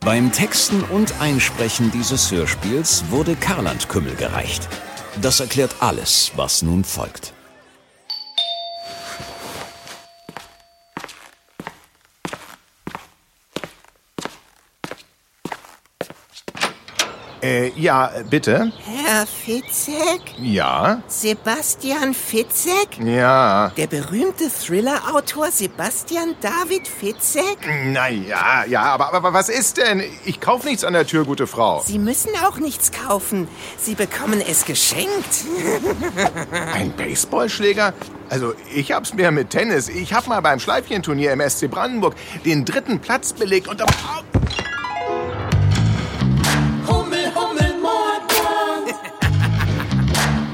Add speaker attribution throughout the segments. Speaker 1: Beim Texten und Einsprechen dieses Hörspiels wurde Karland Kümmel gereicht. Das erklärt alles, was nun folgt.
Speaker 2: Äh, ja, bitte.
Speaker 3: Herr Fitzek?
Speaker 2: Ja.
Speaker 3: Sebastian Fitzek?
Speaker 2: Ja.
Speaker 3: Der berühmte Thriller-Autor Sebastian David Fitzek?
Speaker 2: Naja, ja, aber, aber was ist denn? Ich kauf nichts an der Tür, gute Frau.
Speaker 3: Sie müssen auch nichts kaufen. Sie bekommen es geschenkt.
Speaker 2: Ein Baseballschläger? Also, ich hab's mehr mit Tennis. Ich hab mal beim Schleifchenturnier im SC Brandenburg den dritten Platz belegt und... Oh,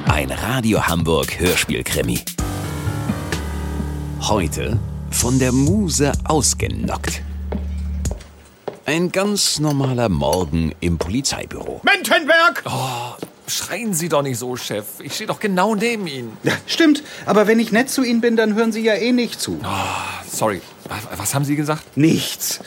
Speaker 1: Ein Radio Hamburg Hörspielkrimi. Heute von der Muse ausgenockt. Ein ganz normaler Morgen im Polizeibüro.
Speaker 2: Mentenberg!
Speaker 4: Schreien Sie doch nicht so, Chef. Ich stehe doch genau neben Ihnen.
Speaker 5: Stimmt, aber wenn ich nett zu Ihnen bin, dann hören Sie ja eh nicht zu.
Speaker 4: Sorry. Was- Was haben Sie gesagt?
Speaker 5: Nichts.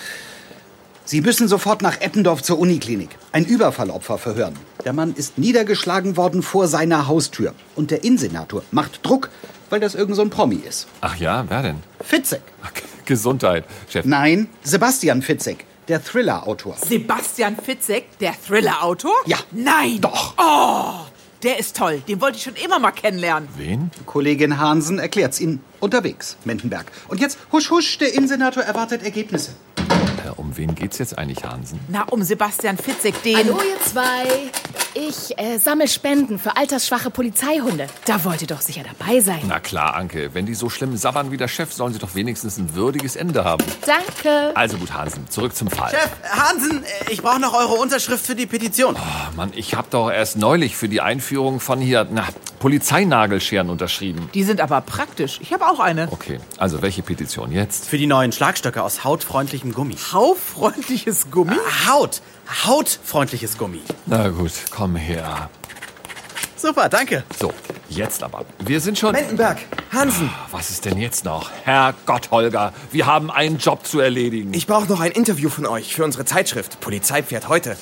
Speaker 5: Sie müssen sofort nach Eppendorf zur Uniklinik. Ein Überfallopfer verhören. Der Mann ist niedergeschlagen worden vor seiner Haustür. Und der Insenator macht Druck, weil das irgend so ein Promi ist.
Speaker 4: Ach ja, wer denn?
Speaker 5: Fitzek.
Speaker 4: Ach, G- Gesundheit, Chef.
Speaker 5: Nein, Sebastian Fitzek, der Thriller-Autor.
Speaker 6: Sebastian Fitzek, der Thriller-Autor?
Speaker 5: Ja.
Speaker 6: Nein.
Speaker 5: Doch.
Speaker 6: Oh, der ist toll. Den wollte ich schon immer mal kennenlernen.
Speaker 4: Wen?
Speaker 5: Kollegin Hansen erklärt's Ihnen unterwegs, Mendenberg. Und jetzt, husch, husch, der Insenator erwartet Ergebnisse.
Speaker 4: Äh, Um wen geht's jetzt eigentlich, Hansen?
Speaker 6: Na, um Sebastian Fitzek, den...
Speaker 7: Hallo ihr zwei. Ich äh, sammle Spenden für altersschwache Polizeihunde. Da wollt ihr doch sicher dabei sein.
Speaker 4: Na klar, Anke. Wenn die so schlimm sabbern wie der Chef, sollen sie doch wenigstens ein würdiges Ende haben.
Speaker 7: Danke.
Speaker 4: Also gut, Hansen, zurück zum Fall.
Speaker 8: Chef, Hansen, ich brauche noch eure Unterschrift für die Petition.
Speaker 4: Ach, Oh, Mann, ich hab doch erst neulich für die Einführung von hier, na, Polizeinagelscheren unterschrieben.
Speaker 6: Die sind aber praktisch. Ich habe auch eine.
Speaker 4: Okay, also welche Petition jetzt?
Speaker 8: Für die neuen Schlagstöcke aus hautfreundlichem Gummi.
Speaker 6: Haufreundliches Gummi?
Speaker 9: Ah,
Speaker 8: Haut, hautfreundliches Gummi.
Speaker 4: Na gut, komm her.
Speaker 8: Super, danke.
Speaker 4: So, jetzt aber. Wir sind schon...
Speaker 8: Mendenberg, Hansen,
Speaker 4: Was ist denn jetzt noch? Herrgott, Holger, wir haben einen Job zu erledigen.
Speaker 8: ich brauche noch ein Interview von euch für unsere Zeitschrift Polizeipferd heute.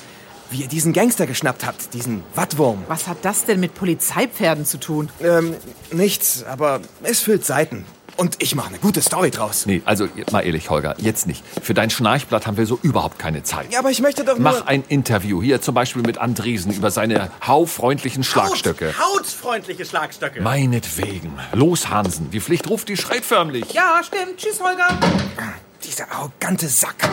Speaker 8: Wie ihr diesen Gangster geschnappt habt, diesen Wattwurm.
Speaker 6: Was hat das denn mit Polizeipferden zu tun?
Speaker 8: Ähm, nichts, aber es füllt Seiten. Und ich mache eine gute Story draus.
Speaker 4: Nee, also mal ehrlich, Holger, jetzt nicht. Für dein Schnarchblatt haben wir so überhaupt keine Zeit.
Speaker 8: Ja, aber ich möchte doch
Speaker 4: Mach
Speaker 8: nur...
Speaker 4: ein Interview hier zum Beispiel mit Andresen über seine haufreundlichen Schlagstöcke.
Speaker 8: hautfreundliche Schlagstöcke.
Speaker 4: Meinetwegen. Los, Hansen, die Pflicht ruft, die schreit förmlich.
Speaker 6: Ja, stimmt. Tschüss, Holger.
Speaker 8: Dieser arrogante Sack.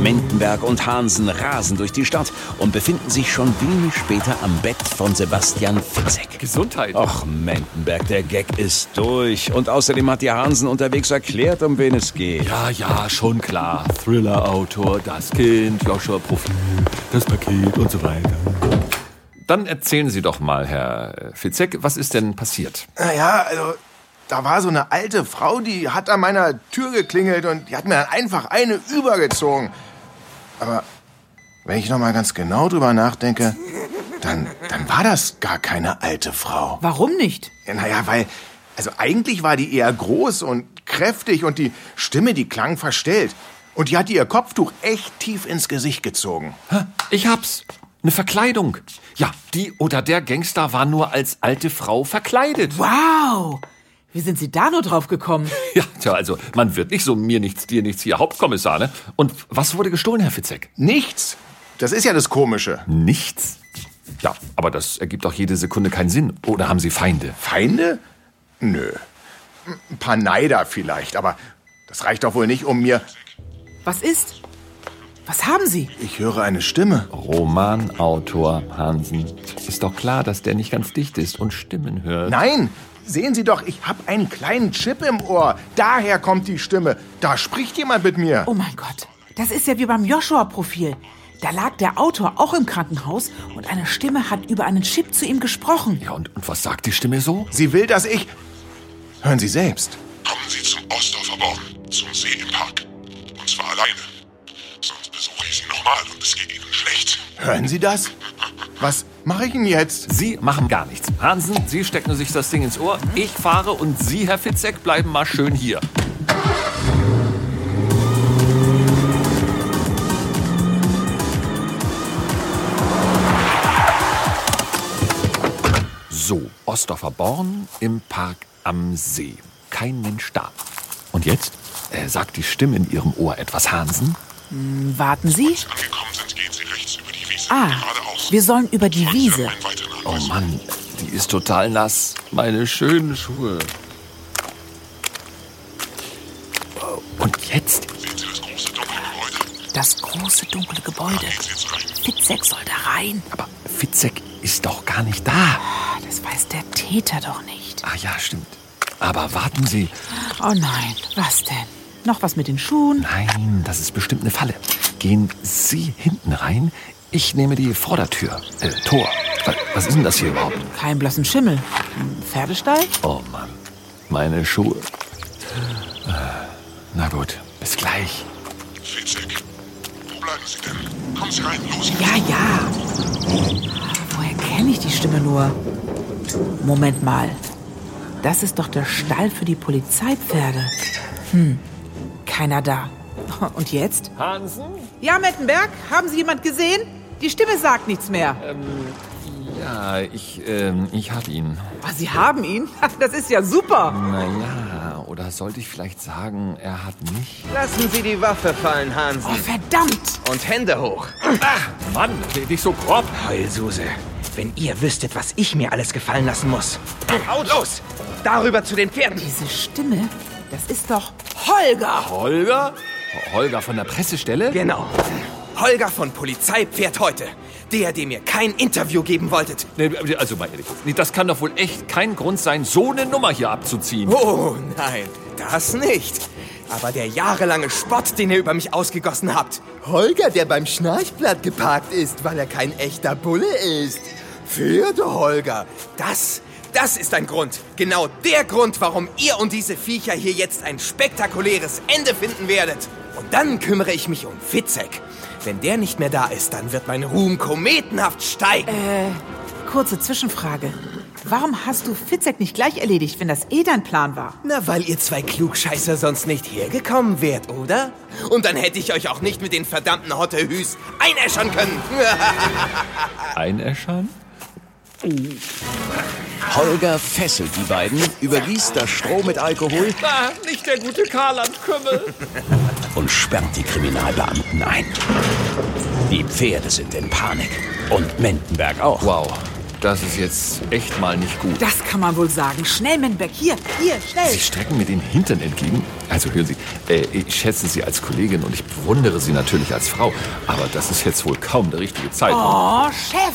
Speaker 1: Mendenberg und Hansen rasen durch die Stadt und befinden sich schon wenig später am Bett von Sebastian Fitzek.
Speaker 4: Gesundheit.
Speaker 1: Och, Mendenberg, der Gag ist durch. Und außerdem hat dir Hansen unterwegs erklärt, um wen es geht.
Speaker 4: Ja, ja, schon klar. Thriller-Autor, das Kind, Joshua-Profil, das Paket und so weiter. Dann erzählen Sie doch mal, Herr Fitzek, was ist denn passiert?
Speaker 2: Naja, also, da war so eine alte Frau, die hat an meiner Tür geklingelt und die hat mir dann einfach eine übergezogen. Aber wenn ich noch mal ganz genau drüber nachdenke, dann, dann war das gar keine alte Frau.
Speaker 6: Warum nicht?
Speaker 2: Ja, naja, weil, also eigentlich war die eher groß und kräftig und die Stimme, die klang verstellt. Und die hatte ihr Kopftuch echt tief ins Gesicht gezogen.
Speaker 4: Hä? Ich hab's. Eine Verkleidung. Ja, die oder der Gangster war nur als alte Frau verkleidet.
Speaker 6: Wow. Wie sind Sie da nur drauf gekommen?
Speaker 4: Ja, tja, also man wird nicht so mir nichts, dir nichts hier Hauptkommissar, ne? Und was wurde gestohlen, Herr Fitzek?
Speaker 2: Nichts. Das ist ja das Komische.
Speaker 4: Nichts. Ja, aber das ergibt doch jede Sekunde keinen Sinn. Oder haben Sie Feinde?
Speaker 2: Feinde? Nö. Ein paar Neider vielleicht, aber das reicht doch wohl nicht, um mir.
Speaker 6: Was ist? Was haben Sie?
Speaker 2: Ich höre eine Stimme.
Speaker 4: Romanautor Hansen. Ist doch klar, dass der nicht ganz dicht ist und Stimmen hört.
Speaker 2: Nein, sehen Sie doch, ich habe einen kleinen Chip im Ohr. Daher kommt die Stimme. Da spricht jemand mit mir.
Speaker 6: Oh mein Gott, das ist ja wie beim Joshua-Profil. Da lag der Autor auch im Krankenhaus und eine Stimme hat über einen Chip zu ihm gesprochen.
Speaker 4: Ja, und, und was sagt die Stimme so?
Speaker 2: Sie will, dass ich. Hören Sie selbst.
Speaker 10: Kommen Sie zum Ostdorfer Born, zum See im Park. Und zwar alleine. Sonst besuche ich Sie nochmal und es geht Ihnen schlecht.
Speaker 2: Hören Sie das? Was mache ich denn jetzt?
Speaker 4: Sie machen gar nichts. Hansen, Sie stecken sich das Ding ins Ohr. Ich fahre und Sie, Herr Fitzek, bleiben mal schön hier. Ostdorfer Born im Park am See. Kein Mensch da. Und jetzt? Äh, sagt die Stimme in ihrem Ohr etwas Hansen?
Speaker 6: Warten Sie.
Speaker 10: Angekommen sind, gehen Sie rechts über die Wiese.
Speaker 6: Ah,
Speaker 10: geradeaus.
Speaker 6: wir sollen über die Wiese.
Speaker 10: Einen weiteren
Speaker 4: Oh
Speaker 10: Anweis.
Speaker 4: Mann, die ist total nass. Meine schönen Schuhe. Und jetzt?
Speaker 10: Sehen Sie das große dunkle Gebäude?
Speaker 6: Das große dunkle Gebäude.
Speaker 10: Gehen Sie jetzt rein.
Speaker 6: Fitzek soll da rein.
Speaker 4: Aber Fitzek ist doch gar nicht da.
Speaker 6: Ah, Das weiß der Täter doch nicht.
Speaker 4: Ah ja, stimmt. Aber warten Sie.
Speaker 6: Oh nein, was denn? Noch was mit den Schuhen?
Speaker 4: Nein, das ist bestimmt eine Falle. Gehen Sie hinten rein. Ich nehme die Vordertür. Äh, Tor. Wa- Was ist denn das hier überhaupt?
Speaker 6: Kein blassen Schimmel. Ein Pferdestall?
Speaker 4: Oh Mann, meine Schuhe. Ah, Na gut, bis gleich.
Speaker 10: Fitzek, wo bleiben Sie denn? Kommen Sie rein, los.
Speaker 6: Ja, ja. Woher kenne ich die Stimme nur? Moment mal. Das ist doch der Stall für die Polizeipferde. Hm, keiner da. Und jetzt?
Speaker 4: Hansen?
Speaker 6: Ja, Mettenberg, haben Sie jemand gesehen? Die Stimme sagt nichts mehr.
Speaker 9: Äh,
Speaker 4: Ja, ich, ähm, ich hab ihn.
Speaker 6: Ah, Sie haben ihn? Das ist ja super.
Speaker 4: Naja, oder sollte ich vielleicht sagen, er hat mich?
Speaker 9: Lassen Sie die Waffe fallen,
Speaker 6: Oh,
Speaker 9: Hansen.
Speaker 6: verdammt.
Speaker 9: Und Hände hoch.
Speaker 4: Mann, nicht so grob.
Speaker 9: Heulsuse, wenn ihr wüsstet, was ich mir alles gefallen lassen muss. Haut los! Darüber zu den Pferden.
Speaker 6: Diese Stimme, das ist doch Holger.
Speaker 4: Holger? Holger von der Pressestelle?
Speaker 9: Genau.
Speaker 8: Holger von Polizei fährt heute. Der, dem ihr kein Interview geben wolltet.
Speaker 4: Nee, Also mal ehrlich, nee, das kann doch wohl echt kein Grund sein, so eine Nummer hier abzuziehen.
Speaker 8: Oh nein, das nicht. Aber der jahrelange Spott, den ihr über mich ausgegossen habt.
Speaker 11: Holger, der beim Schnarchblatt geparkt ist, weil er kein echter Bulle ist. Pferde, Holger.
Speaker 8: Das, das ist ein Grund. Genau der Grund, warum ihr und diese Viecher hier jetzt ein spektakuläres Ende finden werdet. Und dann kümmere ich mich um Fitzek. Wenn der nicht mehr da ist, dann wird mein Ruhm kometenhaft steigen.
Speaker 6: Kurze Zwischenfrage. Warum hast du Fitzek nicht gleich erledigt, wenn das eh dein Plan war?
Speaker 8: Na, weil ihr zwei Klugscheißer sonst nicht hergekommen wärt, oder? Und dann hätte ich euch auch nicht mit den verdammten Hottehüs einäschern können.
Speaker 4: Einäschern?
Speaker 1: Holger fesselt die beiden, übergießt das Stroh mit Alkohol
Speaker 4: Ah, nicht der gute Karland-Kümmel.
Speaker 1: und sperrt die Kriminalbeamten ein. Die Pferde sind in Panik. Und Mendenberg auch.
Speaker 4: Wow, das ist jetzt echt mal nicht gut.
Speaker 6: Das kann man wohl sagen. Schnell, Menbeck, hier, hier, schnell.
Speaker 4: Sie strecken mir den Hintern entgegen. Also hören Sie, äh, ich schätze Sie als Kollegin und ich bewundere Sie natürlich als Frau. Aber das ist jetzt wohl kaum der richtige Zeitpunkt.
Speaker 6: Oh, Chef,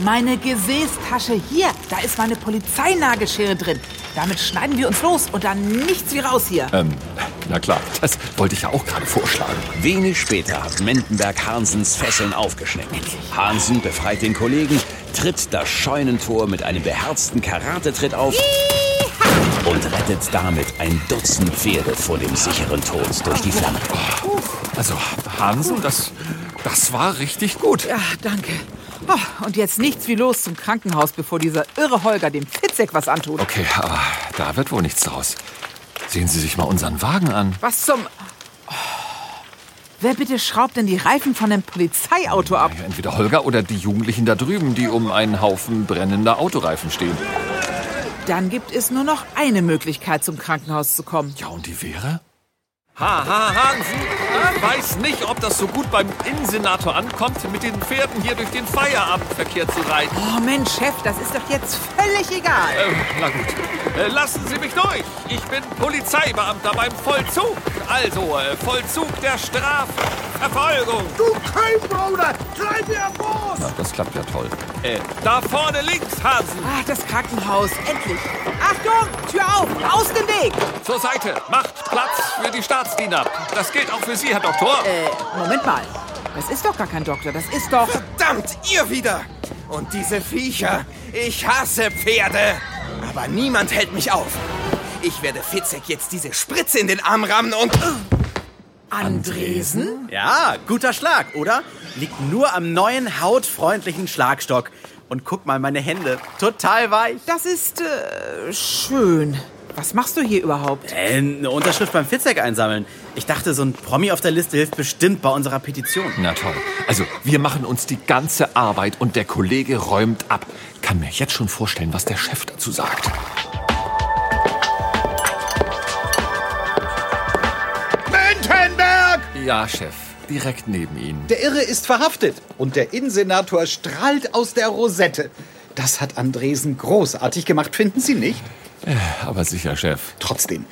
Speaker 6: meine Gesäßtasche hier, da ist meine Polizeinagelschere drin. Damit schneiden wir uns los und dann nichts wie raus hier.
Speaker 4: Ähm, na klar, das wollte ich ja auch gerade vorschlagen.
Speaker 1: Wenig später hat Mendenberg Hansens Fesseln aufgeschnitten. Hansen befreit den Kollegen, tritt das Scheunentor mit einem beherzten Karatetritt auf und rettet damit ein Dutzend Pferde vor dem sicheren Tod durch die Flamme.
Speaker 4: Also, Hansen, das, das war richtig
Speaker 8: Äh,
Speaker 4: gut.
Speaker 6: Ja, danke. Oh, und jetzt nichts wie los zum Krankenhaus, bevor dieser irre Holger dem Fitzek was antut.
Speaker 4: Okay, aber da wird wohl nichts draus. Sehen Sie sich mal unseren Wagen an.
Speaker 6: Was zum... Oh. Wer bitte schraubt denn die Reifen von dem Polizeiauto ab?
Speaker 4: Ja, Entweder Holger oder die Jugendlichen da drüben, die um einen Haufen brennender Autoreifen stehen.
Speaker 6: Dann gibt es nur noch eine Möglichkeit, zum Krankenhaus zu kommen.
Speaker 4: Ja, und die Vera? Ha, ha, Hansen, ich weiß nicht, ob das so gut beim Innensenator ankommt, mit den Pferden hier durch den Feierabendverkehr zu reiten.
Speaker 6: Oh Mensch, Chef, das ist doch jetzt völlig egal.
Speaker 4: Ähm, na gut, äh, lassen Sie mich durch. Ich bin Polizeibeamter beim Vollzug. Also, äh, Vollzug der Strafverfolgung.
Speaker 11: Du Köln-Bruder, treib mir Fuß!
Speaker 4: Na, das klappt ja toll. Äh, da vorne links, Hansen.
Speaker 6: Ah, das Krankenhaus, endlich. Achtung, Tür auf, aus dem Weg.
Speaker 4: Zur Seite. Macht Platz für die Staatsdiener. Das gilt auch für Sie, Herr Doktor.
Speaker 6: Äh, Moment mal. Das ist doch gar kein Doktor, das ist doch...
Speaker 8: Verdammt, ihr wieder! Und diese Viecher! Ich hasse Pferde! Aber niemand hält mich auf. Ich werde Fitzek jetzt diese Spritze in den Arm rammen und... äh,
Speaker 6: Andresen?
Speaker 9: Ja, guter Schlag, oder? Liegt nur am neuen, hautfreundlichen Schlagstock. Und guck mal, meine Hände. Total weich.
Speaker 6: Das ist, äh, schön. Was machst du hier überhaupt?
Speaker 9: Äh, eine Unterschrift beim Fitzek einsammeln. Ich dachte, so ein Promi auf der Liste hilft bestimmt bei unserer Petition.
Speaker 4: Na toll. Also, wir machen uns die ganze Arbeit und der Kollege räumt ab. kann mir jetzt schon vorstellen, was der Chef dazu sagt.
Speaker 5: Mentenberg!
Speaker 4: Ja, Chef, direkt neben Ihnen.
Speaker 5: Der Irre ist verhaftet und der Innensenator strahlt aus der Rosette. Das hat Andresen großartig gemacht, finden Sie nicht?
Speaker 4: Äh, Aber sicher, Chef.
Speaker 5: Trotzdem,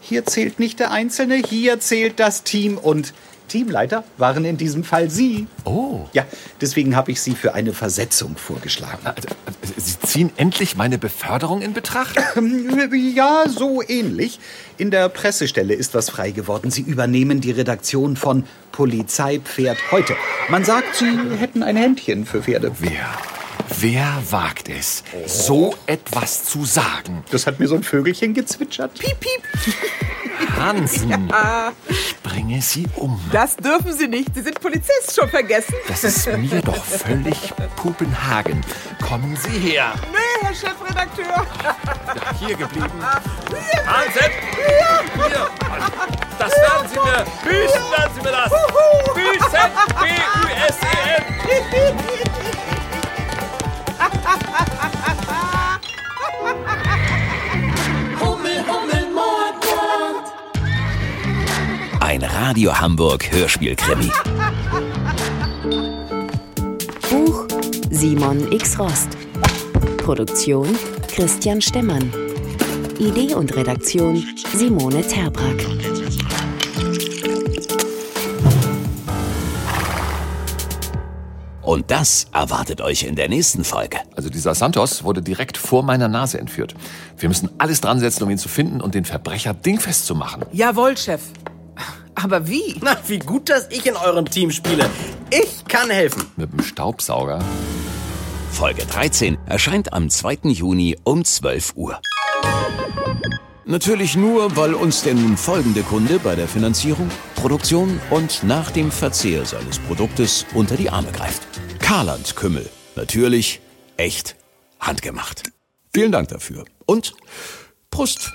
Speaker 5: hier zählt nicht der Einzelne, hier zählt das Team und Teamleiter waren in diesem Fall Sie.
Speaker 4: Oh.
Speaker 5: Ja, deswegen habe ich Sie für eine Versetzung vorgeschlagen.
Speaker 4: Ah, Sie ziehen endlich meine Beförderung in Betracht?
Speaker 5: Ja, so ähnlich. In der Pressestelle ist was frei geworden. Sie übernehmen die Redaktion von Polizeipferd heute. Man sagt, Sie hätten ein Händchen für Pferde.
Speaker 4: Wer? Wer wagt es, so etwas zu sagen?
Speaker 5: Das hat mir so ein Vögelchen gezwitschert.
Speaker 6: Piep, piep.
Speaker 4: Hansen,
Speaker 6: Ah,
Speaker 4: ich bringe Sie um.
Speaker 6: das dürfen Sie nicht. Sie sind Polizist, schon vergessen.
Speaker 4: Das ist mir doch völlig Pupenhagen. Kommen Sie her.
Speaker 6: Nee, Herr Chefredakteur. Ah,
Speaker 4: Hier geblieben.
Speaker 6: Hansen!
Speaker 4: Hier! Das werden Sie mir! Büßen werden Sie mir das! Büßen! B-U-S-E-N!
Speaker 1: Ein Radio Hamburg Hörspielkrimi.
Speaker 12: Buch Simon X. Rost. Produktion Christian Stemmann. Idee und Redaktion Simone Terbrack.
Speaker 1: Und das erwartet euch in der nächsten Folge.
Speaker 4: Also dieser Santos wurde direkt vor meiner Nase entführt. Wir müssen alles dran setzen, um ihn zu finden und den Verbrecher dingfest zu machen.
Speaker 6: Jawohl, Chef. Aber wie?
Speaker 9: Na, wie gut, dass ich in eurem Team spiele. Ich kann helfen.
Speaker 4: Mit dem Staubsauger.
Speaker 1: Folge 13 erscheint am 2. Juni um 12 Uhr. Natürlich nur, weil uns der nun folgende Kunde bei der Finanzierung, Produktion und nach dem Verzehr seines Produktes unter die Arme greift. Karland Kümmel. Natürlich echt handgemacht. Vielen Dank dafür und Prost!